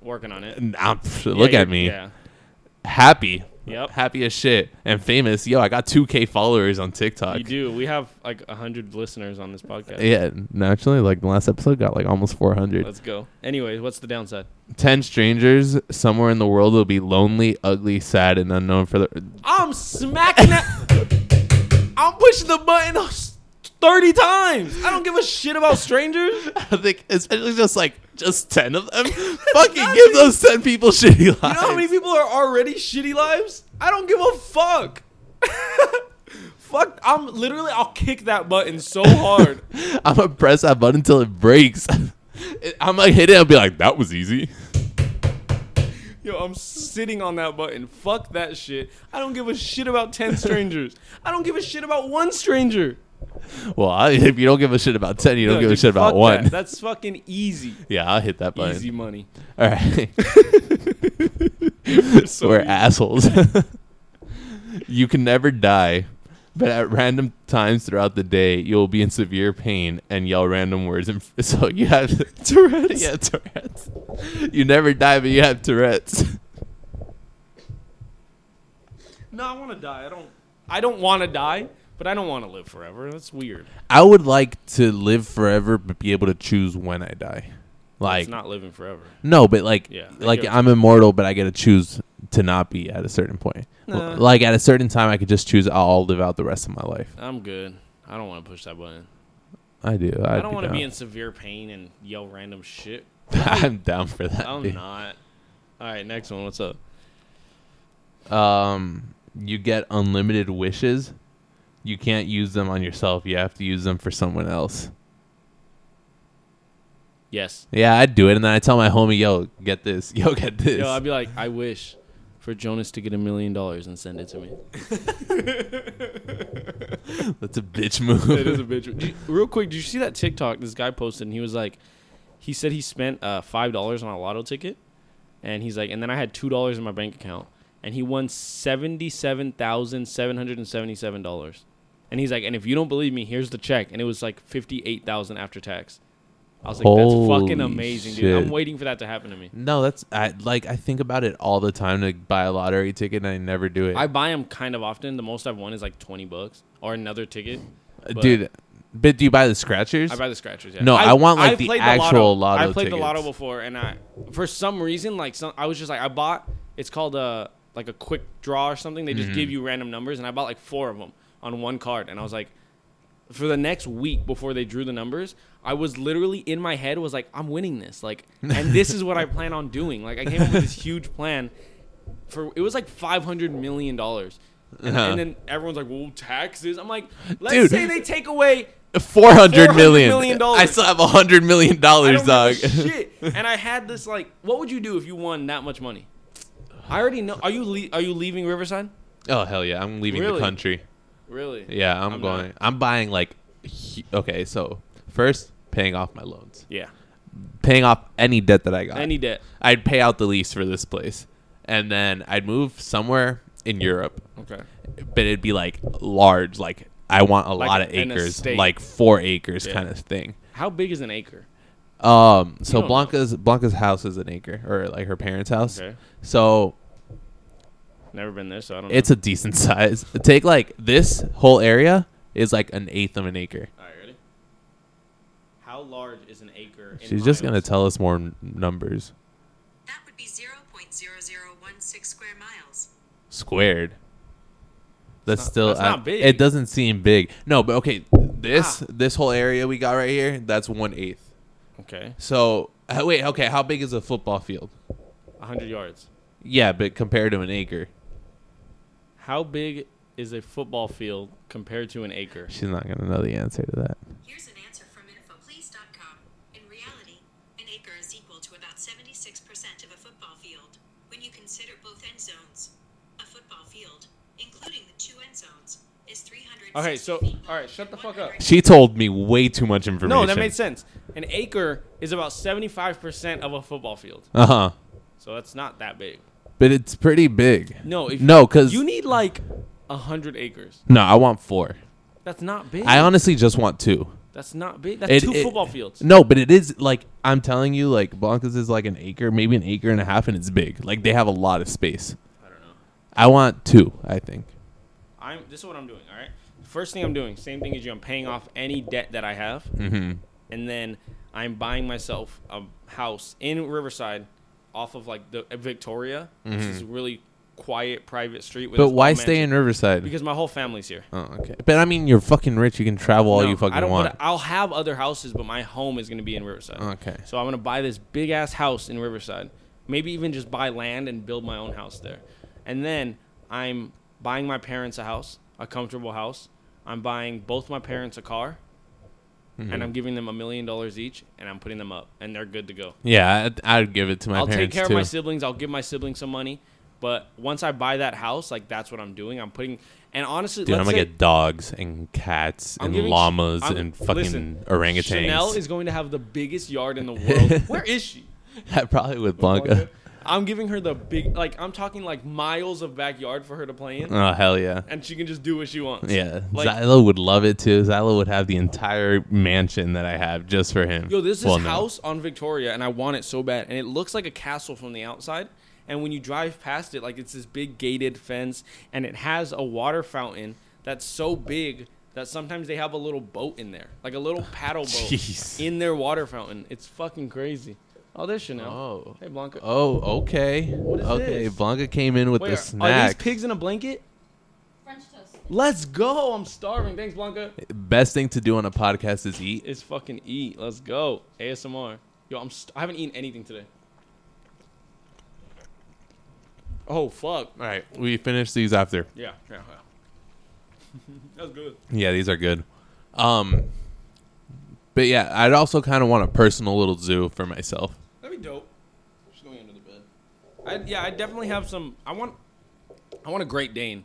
A: Working on it.
B: I'm, pff,
A: Yeah,
B: look
A: you're-
B: at me.
A: Yeah.
B: happy.
A: Yep.
B: Happy as shit and famous. Yo, I got 2K followers on TikTok.
A: You do. We have like 100 listeners on this podcast.
B: Yeah, naturally, like the last episode got like almost 400.
A: Let's go. Anyways, what's the downside?
B: 10 strangers somewhere in the world will be lonely, ugly, sad, and unknown for the.
A: I'm smacking that. I'm pushing the button 30 times. I don't give a shit about strangers.
B: I think, especially just like just 10 of them. Fucking give those 10 people shitty lives.
A: You know how many people are already shitty lives? I don't give a fuck. fuck, I'm literally I'll kick that button so hard.
B: I'm gonna press that button until it breaks. I'm gonna hit it and be like, that was easy.
A: Yo, I'm sitting on that button. Fuck that shit. I don't give a shit about 10 strangers. I don't give a shit about one stranger.
B: Well, I, if you don't give a shit about ten, you don't
A: No,
B: give a
A: dude,
B: shit about
A: fuck
B: one.
A: that. That's fucking easy.
B: yeah, I'll hit that button.
A: Easy money.
B: All right,
A: So
B: we're
A: easy.
B: assholes. you can never die, but at random times throughout the day, you'll be in severe pain and yell random words. And f- so you have Tourette's. yeah, Tourette's. You never die, but you have Tourette's.
A: No, I want to die. I don't. I don't want to die, but I don't want to live forever. That's weird.
B: I would like to live forever, but be able to choose when I die. Like
A: it's not living forever.
B: No, but like,
A: Yeah, I
B: like
A: get what
B: I'm immortal, but I get to choose to not be at a certain point.
A: Nah.
B: L- Like at a certain time, I could just choose. I'll live out the rest of my life.
A: I'm good. I don't want to push that button.
B: I do. I'd
A: I'd I do not want to be
B: down.
A: in severe pain and yell random shit.
B: I'm down for that.
A: I'm
B: dude.
A: not. All right, next one. What's up?
B: Um, you get unlimited wishes. You can't use them on yourself. You have to use them for someone else.
A: Yes.
B: Yeah, I'd do it, and then I tell my homie, "Yo, get this. Yo, get this."
A: Yo, I'd be like, I wish for Jonas to get a million dollars and send it to me.
B: That's a bitch move.
A: it is a bitch. Did you- real quick, did you see that TikTok this guy posted? And he was like, he said he spent uh, five dollars on a lotto ticket, and he's like, and then I had two dollars in my bank account, and he won seventy-seven thousand seven hundred and seventy-seven dollars, and he's like, and if you don't believe me, here's the check, and it was like fifty-eight thousand after tax. I was like, that's fucking
B: Holy
A: amazing, dude. I'm
B: shit.
A: waiting for that to happen to me.
B: No, that's I like. I think about it all the time to buy a lottery ticket, and I never do it. Uh,
A: I buy them kind of often. The most I've won is like twenty bucks or another ticket. but-
B: dude. But do you buy the scratchers?
A: I buy the scratchers. Yeah.
B: No, I want, like, the
A: played
B: actual
A: I
B: lotto
A: played the lotto
B: tickets.
A: before, and I for some reason like some I was just like I bought. It's called a like a quick draw or something. They just
B: Mm-hmm.
A: give you random numbers, and I bought like four of them on one card, and I was like, for the next week before they drew the numbers, I was literally in my head was like, I'm winning this, like, and this is what I plan on doing. Like I came up with this huge plan for it was like five hundred million dollars. And,
B: Uh-huh.
A: and then everyone's like, "Well, taxes." I'm like, "Let's
B: Dude.
A: say they take away
B: Four hundred million.
A: $400 million.
B: I still have a hundred million
A: I
B: dollars,
A: don't know
B: dog.
A: shit. And I had this like, what would you do if you won that much money? I already know. Are you le- are you leaving Riverside?
B: oh hell yeah! I'm leaving the
A: Really?
B: country.
A: Really?
B: Yeah, I'm,
A: I'm
B: going. I'm buying like. hu- Okay, so first paying off my loans,
A: Yeah.
B: paying off any debt that I got.
A: Any debt.
B: I'd pay out the lease for this place, and then I'd move somewhere in Europe.
A: Okay.
B: but it'd be like large like i want a
A: Like
B: lot of
A: an
B: acres
A: estate.
B: like four acres
A: Yeah.
B: kind of thing
A: How big is an acre?
B: um so
A: don't know.
B: blanca's blanca's house is an acre or like her parents house
A: Okay.
B: so
A: Never been there, so I don't.
B: it's a decent size take like this whole area is like an eighth of an acre
A: know. All right, ready? How large is an acre? In
B: she's just gonna
A: miles?
B: tell us more n- numbers
C: That would be 0.0016 square miles.
B: squared that's
A: not-
B: still
A: that's
B: I-
A: not big. Ah.
B: it doesn't seem big no but okay this this whole area we got right here that's one eighth
A: okay,
B: so uh, wait okay how big is a football field
A: hundred yards.
B: Yeah, but compared to an acre,
A: How big is a football field compared to an acre?
B: she's not gonna know the answer to that.
C: Here's an answer from InfoPlease.com. In reality, an acre is equal to about 76% of a football field when you consider both end zones. A football field, including the two end zones, is 300.
A: Okay, so- all right, shut the fuck up.
B: She told me way too much information.
A: No, that made sense. An acre is about seventy-five percent of a football field,
B: Uh huh.
A: so that's not that big.
B: But it's pretty big.
A: No, if
B: no, because
A: you need like a hundred acres.
B: no, I want four.
A: That's not big.
B: I honestly just want two.
A: That's not big. That's
B: It-
A: two
B: it-
A: football fields.
B: No, but it is like I'm telling you, like Blanca's is like an acre, maybe an acre and a half, and it's big. Like they have a lot of space.
A: I don't know.
B: I want two. I think.
A: I'm. This is what I'm doing. All right. First thing I'm doing, same thing as you. I'm paying off any debt that I have,
B: Mm-hmm.
A: and then I'm buying myself a house in Riverside, off of like the uh, Victoria, which is a really quiet private street. With
B: Mm-hmm. But
A: its
B: why
A: own
B: stay in
A: mansion.
B: Riverside?
A: Because my whole family's here.
B: oh, okay. But I mean, you're fucking rich. You can travel all
A: No,
B: you fucking
A: I don't
B: want.
A: wanna- I'll have other houses, but my home is going to be in Riverside.
B: Okay.
A: So I'm going to buy this big ass house in Riverside. Maybe even just buy land and build my own house there. And then I'm buying my parents a house, a comfortable house. I'm buying both my parents a car. and
B: Mm-hmm.
A: I'm giving them a million dollars each, and I'm putting them up, and they're good to go.
B: Yeah, I'd, I'd give it to my
A: I'll take
B: parents
A: care
B: too.
A: of my siblings. I'll give my siblings some money, but once I buy that house, like that's what I'm doing. I'm putting, and honestly,
B: Dude,
A: let's
B: I'm gonna
A: say-
B: get dogs and cats
A: I'm
B: and
A: giving Ch-
B: llamas
A: I'm-
B: and fucking
A: listen,
B: orangutans.
A: Chanel is going to have the biggest yard in the world. Where is she?
B: probably with Blanca.
A: I'm giving her the big, like I'm talking like miles of backyard for her to play in,
B: Oh hell yeah.
A: and she can just do what she wants.
B: Yeah,
A: like
B: Zylo would love it too. Zylo would have the entire mansion that I have just for him.
A: Yo, there's this
B: Well, no.
A: house on Victoria, and I want it so bad. And it looks like a castle from the outside. And when you drive past it, like it's this big gated fence, and it has a water fountain that's so big that sometimes they have a little boat in there, like a little paddle boat
B: Jeez.
A: in their water fountain. It's fucking crazy. Oh, there's Chanel.
B: Oh.
A: hey Blanca.
B: Oh, okay.
A: is
B: okay,
A: this?
B: Blanca came in with
A: Wait,
B: the
A: are, are these
B: snack.
A: pigs in a blanket?
D: French toast.
A: Let's go. I'm starving. Thanks, Blanca.
B: Best thing to do on a podcast is eat.
A: It's fucking eat. Let's go. ASMR. Yo, I'm st- I haven't eaten anything today. Oh fuck.
B: All right, we finish these after.
A: Yeah, yeah, yeah. That's good.
B: Yeah, these are good. Um, but yeah, I'd also kind of want a personal little zoo for myself.
A: That'd be dope. Just going under the bed. I, yeah, I definitely have some. I want, I want a Great Dane,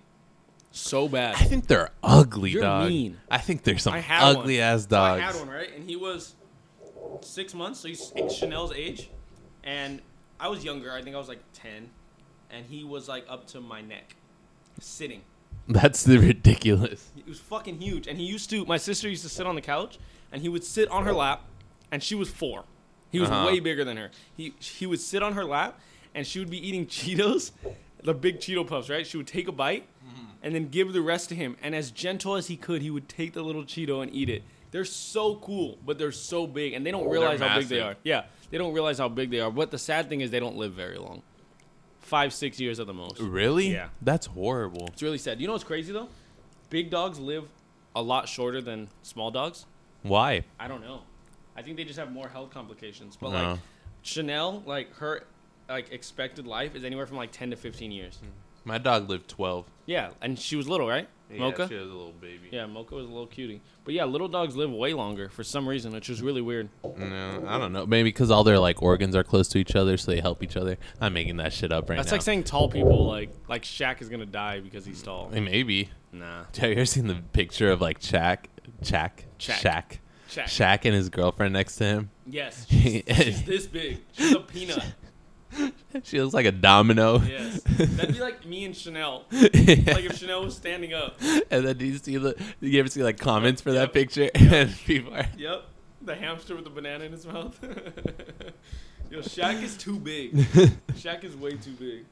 A: so
B: I
A: bad.
B: think they're ugly,
A: You're
B: dog.
A: mean.
B: I think they're some
A: I had
B: ugly
A: one.
B: ass
A: So
B: dogs.
A: I had one right, and he was six months, so he's Chanel's age, and I was younger. I think I was like ten, and he was like up to my neck, sitting.
B: That's the ridiculous.
A: It was fucking huge. And he used to, my sister used to sit on the couch, and he would sit on her lap, and she was four. He was
B: Uh-huh.
A: way bigger than her. He he would sit on her lap, and she would be eating Cheetos, the big Cheeto puffs, right? She would take a bite,
B: Mm-hmm.
A: and then give the rest to him. And as gentle as he could, he would take the little Cheeto and eat it. They're so cool, but they're so big, and they don't realize how big they are.
B: Oh, massive.
A: Yeah, they don't realize how big they are. But the sad thing is, they don't live very long. Five, six years at the most.
B: Really?
A: Yeah.
B: That's horrible.
A: It's really sad. You know what's crazy though? Big dogs live a lot shorter than small dogs.
B: Why?
A: I don't know. I think they just have more health complications. But
B: Uh-huh.
A: like Chanel, like her like expected life is anywhere from like 10 to 15 years.
B: My dog lived 12.
A: Yeah, and she was little, right? Mocha?
B: was a little baby.
A: Yeah, Mocha was a little cutie. But yeah, little dogs live way longer for some reason, which is really weird.
B: No, I don't know. Maybe because all their like organs are close to each other, so they help each other. I'm making that shit up right
A: That's
B: now.
A: like saying tall people like like Shaq is going to die because he's tall.
B: Hey, Maybe.
A: Nah.
B: Have you ever seen the picture of like Shaq, Shaq,
A: Shaq.
B: Shaq,
A: Shaq.
B: Shaq and his girlfriend next to him?
A: Yes. She's, she's this big. She's a peanut.
B: She looks like a domino.
A: Yes. That'd be like me and Chanel. like if Chanel was standing up.
B: and then do you see the? Do you ever see like comments for that
A: Yep.
B: picture? and people are.
A: Yep. The hamster with the banana in his mouth. Yo, Shaq is too big. Shaq is way too big.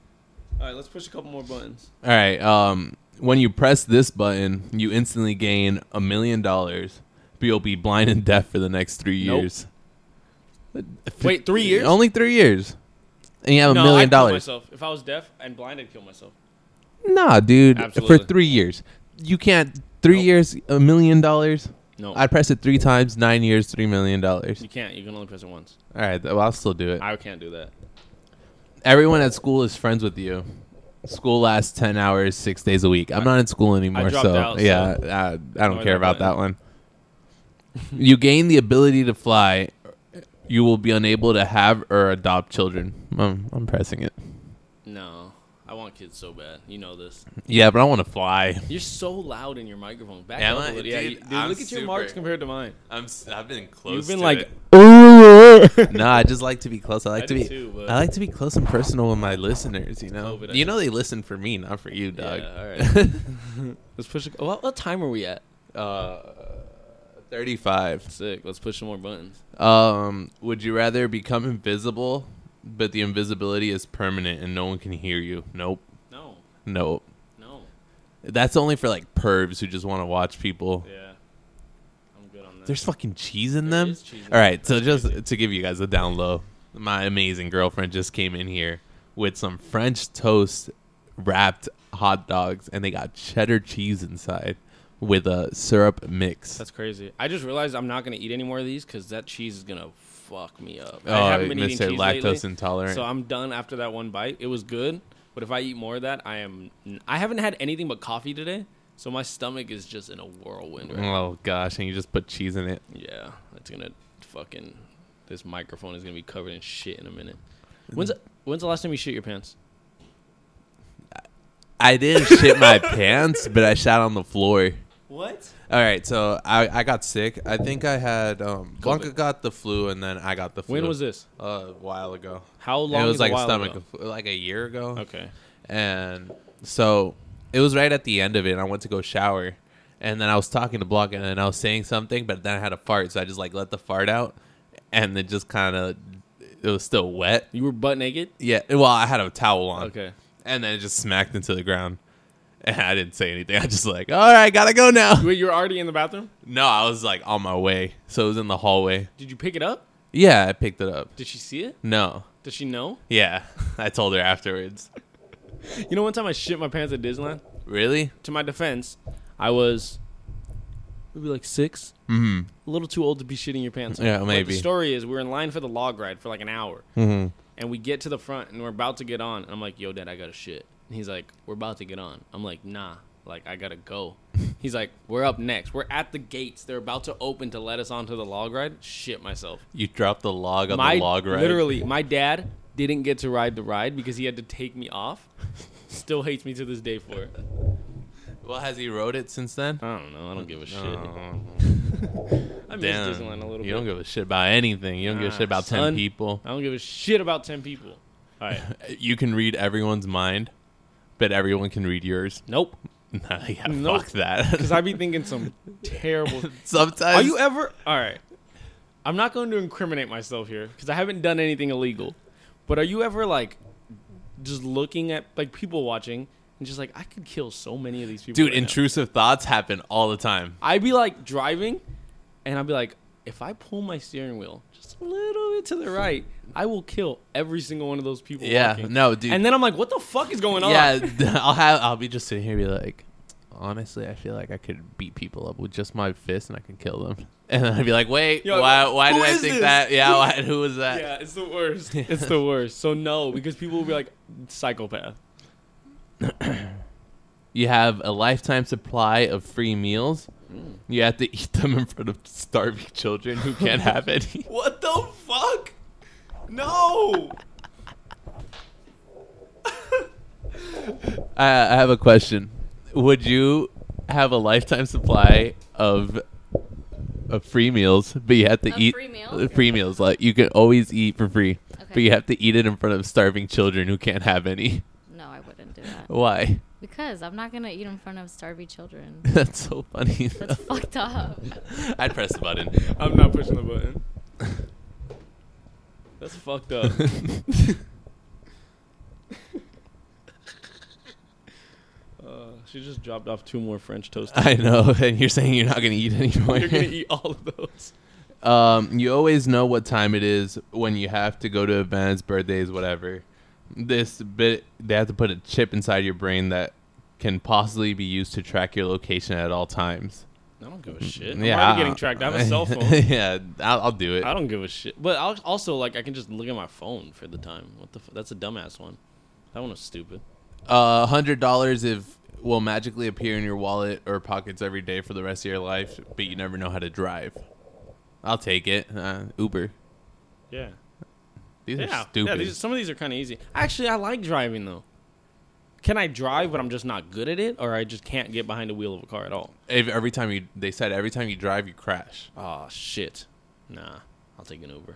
A: All right, let's push a couple more buttons.
B: All right. Um, when you press this button, you instantly gain a million dollars, but you'll be blind and deaf for the next three
A: Nope.
B: years.
A: Wait, three years?
B: Only three years, and you have a million
A: I'd kill
B: dollars.
A: myself. If I was deaf and blind, I'd kill myself.
B: Nah, dude, for
A: Absolutely.
B: three years, you can't. Three
A: Nope.
B: years, a million dollars.
A: No,
B: I'd press it three times. Nine years, three million dollars.
A: you can't. You can only press it once.
B: All right, th- well, I'll still do it.
A: I can't do that.
B: Everyone at school is friends with you. School lasts ten hours, six days a week. I'm not in school anymore,
A: dropped
B: so
A: out, so-
B: yeah, uh, I, I don't care
A: Ignore that
B: about
A: button.
B: that one. you gain the ability to fly. You will be unable to have or adopt children. Um, I'm pressing it.
A: No, I want kids so bad. You know this.
B: Yeah, but I want to fly.
A: You're so loud in your microphone. Back
B: Am
A: up
B: I?
A: a little. Yeah,
B: Dude,
A: you- dude,
B: I'm
A: look at your marks
B: super-
A: compared to mine.
B: I'm. I've been close.
A: You've been like,
B: No, I just like to be close. I like
A: I
B: to
A: do
B: be.
A: too, but-
B: I like to be close and personal with my listeners. You know.
A: COVID, I
B: you
A: guess.
B: know they listen for me, not for you, dog.
A: Yeah, all right. let's push. A, what, what time are we at?
B: uh, thirty-five.
A: Sick. Let's push some more buttons.
B: Um, would you rather become invisible, but the invisibility is permanent and no one can hear you? Nope.
A: No,
B: Nope.
A: no.
B: That's only for like pervs who just want to watch people.
A: Yeah. I'm good on that.
B: There's fucking cheese in
A: There
B: them.
A: is cheese in
B: All
A: them.
B: right, so just to give you guys a down low, my amazing girlfriend just came in here with some French toast wrapped hot dogs, and they got cheddar cheese inside with a syrup mix.
A: That's crazy. I just realized I'm not gonna eat any more of these because that cheese is gonna fuck me up.
B: Oh,
A: I haven't been eating
B: Mr.
A: cheese
B: Lactose
A: lately,
B: intolerant.
A: So I'm done after that one bite. It was good, but if I eat more of that, I am. I haven't had anything but coffee today, So my stomach is just in a whirlwind right now.
B: Oh gosh, and you just put cheese in it.
A: Yeah, it's gonna fucking. This microphone is gonna be covered in shit in a minute.
B: Mm.
A: When's when's the last time you shit your pants?
B: I didn't shit my pants, but I shat on the floor.
A: What?
B: All right, so I, I got sick. I think I had um, Blanca
A: COVID.
B: got the flu, and then I got the flu. Uh,
A: When was this?
B: A while ago.
A: How long?
B: it was
A: is
B: like
A: a
B: a
A: while
B: stomach,
A: ago?
B: flu- like a year ago.
A: Okay.
B: and so it was right at the end of it. And I went to go shower, and then I was talking to Blanca, and then I was saying something, but then I had a fart, so I just like let the fart out, and it just kind of it was still wet.
A: You were butt naked.
B: Yeah, well, I had a towel on.
A: Okay.
B: and then it just smacked into the ground. And I didn't say anything. I just like, all right, gotta go now.
A: Wait, you were already in the bathroom.
B: No, I was like on my way, so it was in the hallway.
A: Did you pick it up?
B: Yeah, I picked it up.
A: Did she see it?
B: No,
A: Does she know?
B: yeah, I told her afterwards.
A: You know, one time I shit my pants at Disneyland.
B: Really?
A: To my defense, I was maybe like 6 Mm-hmm. A little too old to be shitting your pants.
B: Yeah,
A: But
B: maybe. Mm-hmm.
A: the story is, we're in line for the log ride for like an hour, and we get to the front, and we're about to get on. And I'm like, "Yo, Dad, I gotta shit." And he's like, "We're about to get on." I'm like, "Nah." Like I gotta go. He's like, we're up next. We're at the gates. They're about to open to let us onto the log ride. Shit myself.
B: You dropped the log on
A: my
B: the log right?
A: literally my dad didn't get to ride the ride because he had to take me off still hates me to this day for it
B: Well, has he rode it since then? Oh,
A: i don't know i don't give a Oh, shit i miss
B: Damn.
A: disneyland a little
B: You
A: bit
B: don't give a shit about anything. You don't give a
A: Nah,
B: shit about
A: son.
B: ten people.
A: i don't give a shit about 10 people all right
B: You can read everyone's mind, but everyone can read yours.
A: nope
B: Nah, yeah,
A: Nope.
B: fuck that.
A: because i be thinking some terrible
B: sometimes
A: are you ever all right i'm not going to incriminate myself here because i haven't done anything illegal but are you ever like just looking at like people watching and just like i could kill so many of these people
B: dude
A: right now.
B: intrusive thoughts happen all the time
A: I'd be like driving, and I'd be like, if I pull my steering wheel just a little bit to the right, I will kill every single one of those people.
B: Yeah,
A: walking.
B: no, dude.
A: And then I'm like, what the fuck is going on?
B: yeah i'll have i'll be just sitting here and be like honestly i feel like i could beat people up with just my fist and i could kill them and then i'd be like wait
A: Yo,
B: why why
A: who
B: did i
A: is
B: think
A: this?
B: that yeah why, who was that
A: Yeah, it's the worst. It's the worst. So no, because people will be like, psychopath.
B: you have a lifetime supply of free meals
A: Mm.
B: you have to eat them in front of starving children who can't have any
A: What the fuck? No.
B: I, I have a question would you have a lifetime supply of of free meals but you have to
D: Of
B: eat
D: free meals?
B: free meals like you can always eat for free but
D: Okay.
B: you have to eat it in front of starving children who can't have any
D: No, I wouldn't do that
B: why
D: because I'm not gonna eat in front of starving children.
B: that's so funny
D: That's fucked up.
B: i'd press the button
A: I'm not pushing the button. That's fucked up. Uh, she just dropped off two more French toast.
B: i know and you're saying you're not gonna eat anymore
A: You're gonna eat all of those.
B: Um, you always know what time it is when you have to go to events, birthdays, whatever. This bit they have to put a chip inside your brain that can possibly be used to track your location at all times.
A: I don't give a shit. I'm
B: yeah,
A: already getting tracked. I have a cell phone.
B: yeah, I'll, I'll do it.
A: I don't give a shit. But I'll, also, like, I can just look at my phone for the time. What the? F- that's a dumbass one. That one was stupid.
B: Uh, hundred dollars if will magically appear in your wallet or pockets every day for the rest of your life, but you never know how to drive. I'll take it. Uh, Uber.
A: Yeah.
B: These
A: Yeah.
B: are stupid.
A: Yeah. These, are- some of these are kind of easy. Actually, I like driving though. Can I drive, but I'm just not good at it, or I just can't get behind the wheel of a car at all?
B: If every time you, they said every time you drive, you crash.
A: Oh shit. Nah. I'll take an Uber.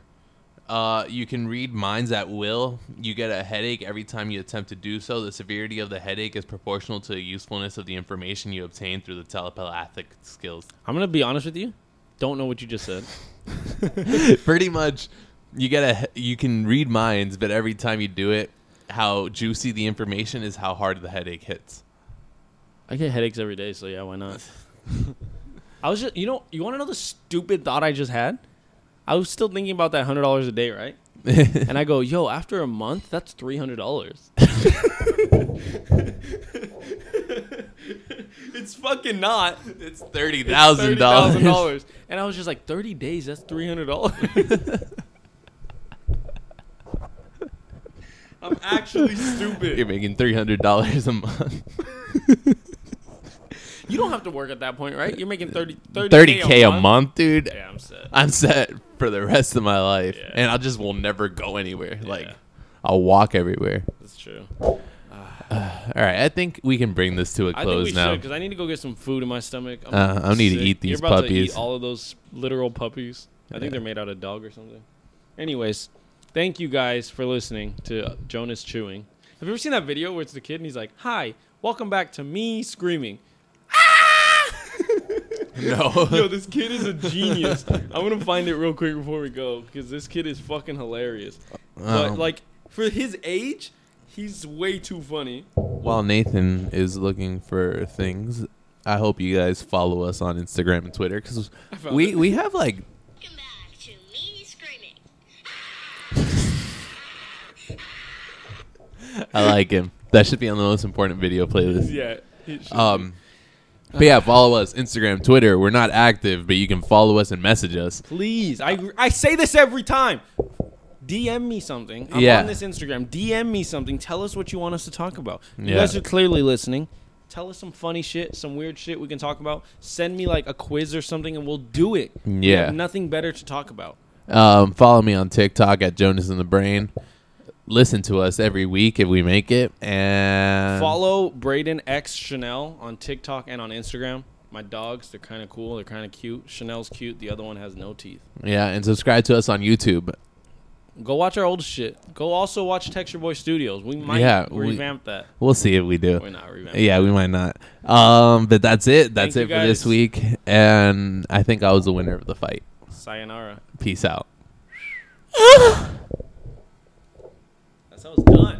B: Uh, you can read minds at will. You get a headache every time you attempt to do so. The severity of the headache is proportional to the usefulness of the information you obtain through the telepathic skills.
A: I'm gonna be honest with you. Don't know what you just said.
B: Pretty much, you get a he- you can read minds, but every time you do it, how juicy the information is, how hard the headache hits.
A: I get headaches every day, so yeah, why not? I was just, you know, you want to know the stupid thought I just had? I was still thinking about that hundred dollars a day, right? And I go, yo, after a month, that's three hundred dollars. it's fucking not.
B: it's thirty thousand dollars.
A: $30,000. And I was just like, thirty days, that's three hundred dollars. I'm actually stupid.
B: You're making three hundred dollars a month.
A: You don't have to work at that point, right? You're making 30
B: Thirty
A: 30K
B: k a month, dude.
A: Yeah, I'm set.
B: I'm set for the rest of my life,
A: Yeah.
B: and I just will never go anywhere. Like
A: Yeah.
B: I'll walk everywhere.
A: That's true.
B: All right, I think we can bring this to a
A: I think
B: close
A: we
B: now.
A: should because I need to go get some food in my stomach. I'm
B: Uh, I need to eat these
A: You're about
B: puppies.
A: To eat all of those literal puppies. I
B: Yeah.
A: think they're made out of dog or something. Anyways, thank you guys for listening to Jonas chewing. Have you ever seen that video where it's the kid and he's like, "Hi, welcome back to me screaming." Yo,
B: No,
A: this kid is a genius. I'm gonna find it real quick before we go because this kid is fucking hilarious. But
B: Um,
A: like for his age, he's way too funny.
B: while Nathan is looking for things, I hope you guys follow us on Instagram and Twitter because
A: found
B: we
A: it.
B: we have like
C: Welcome back to me screaming.
B: I like him. That should be on the most important video playlist.
A: Yeah. he should be.
B: Um, but yeah, follow us Instagram, Twitter. We're not active, but you can follow us and message us.
A: Please, I I say this every time. DM me something. I'm
B: Yeah.
A: on this Instagram. DM me something. Tell us what you want us to talk about. You
B: Yeah.
A: guys are clearly listening. Tell us some funny shit, some weird shit we can talk about. Send me like a quiz or something, and we'll do it. We
B: Yeah.
A: have nothing better to talk about.
B: Um, follow me on TikTok at Jonas in the Brain. Listen to us every week if we make it, and
A: Follow Braden X Chanel on TikTok and on Instagram. My dogs, they're kind of cool. They're kind of cute. Chanel's cute. The other one has no teeth.
B: yeah, and subscribe to us on YouTube.
A: Go watch our old shit. Go also watch Texture Boy Studios. We might
B: Yeah, we-
A: revamp that.
B: We'll see if we do.
A: We're not revamping.
B: Yeah, we might not. Um, but that's it. That's
A: Thank
B: it
A: you
B: for this
A: guys.
B: week, and I think I was the winner of the fight.
A: Sayonara.
B: Peace out.
A: That's how it's done.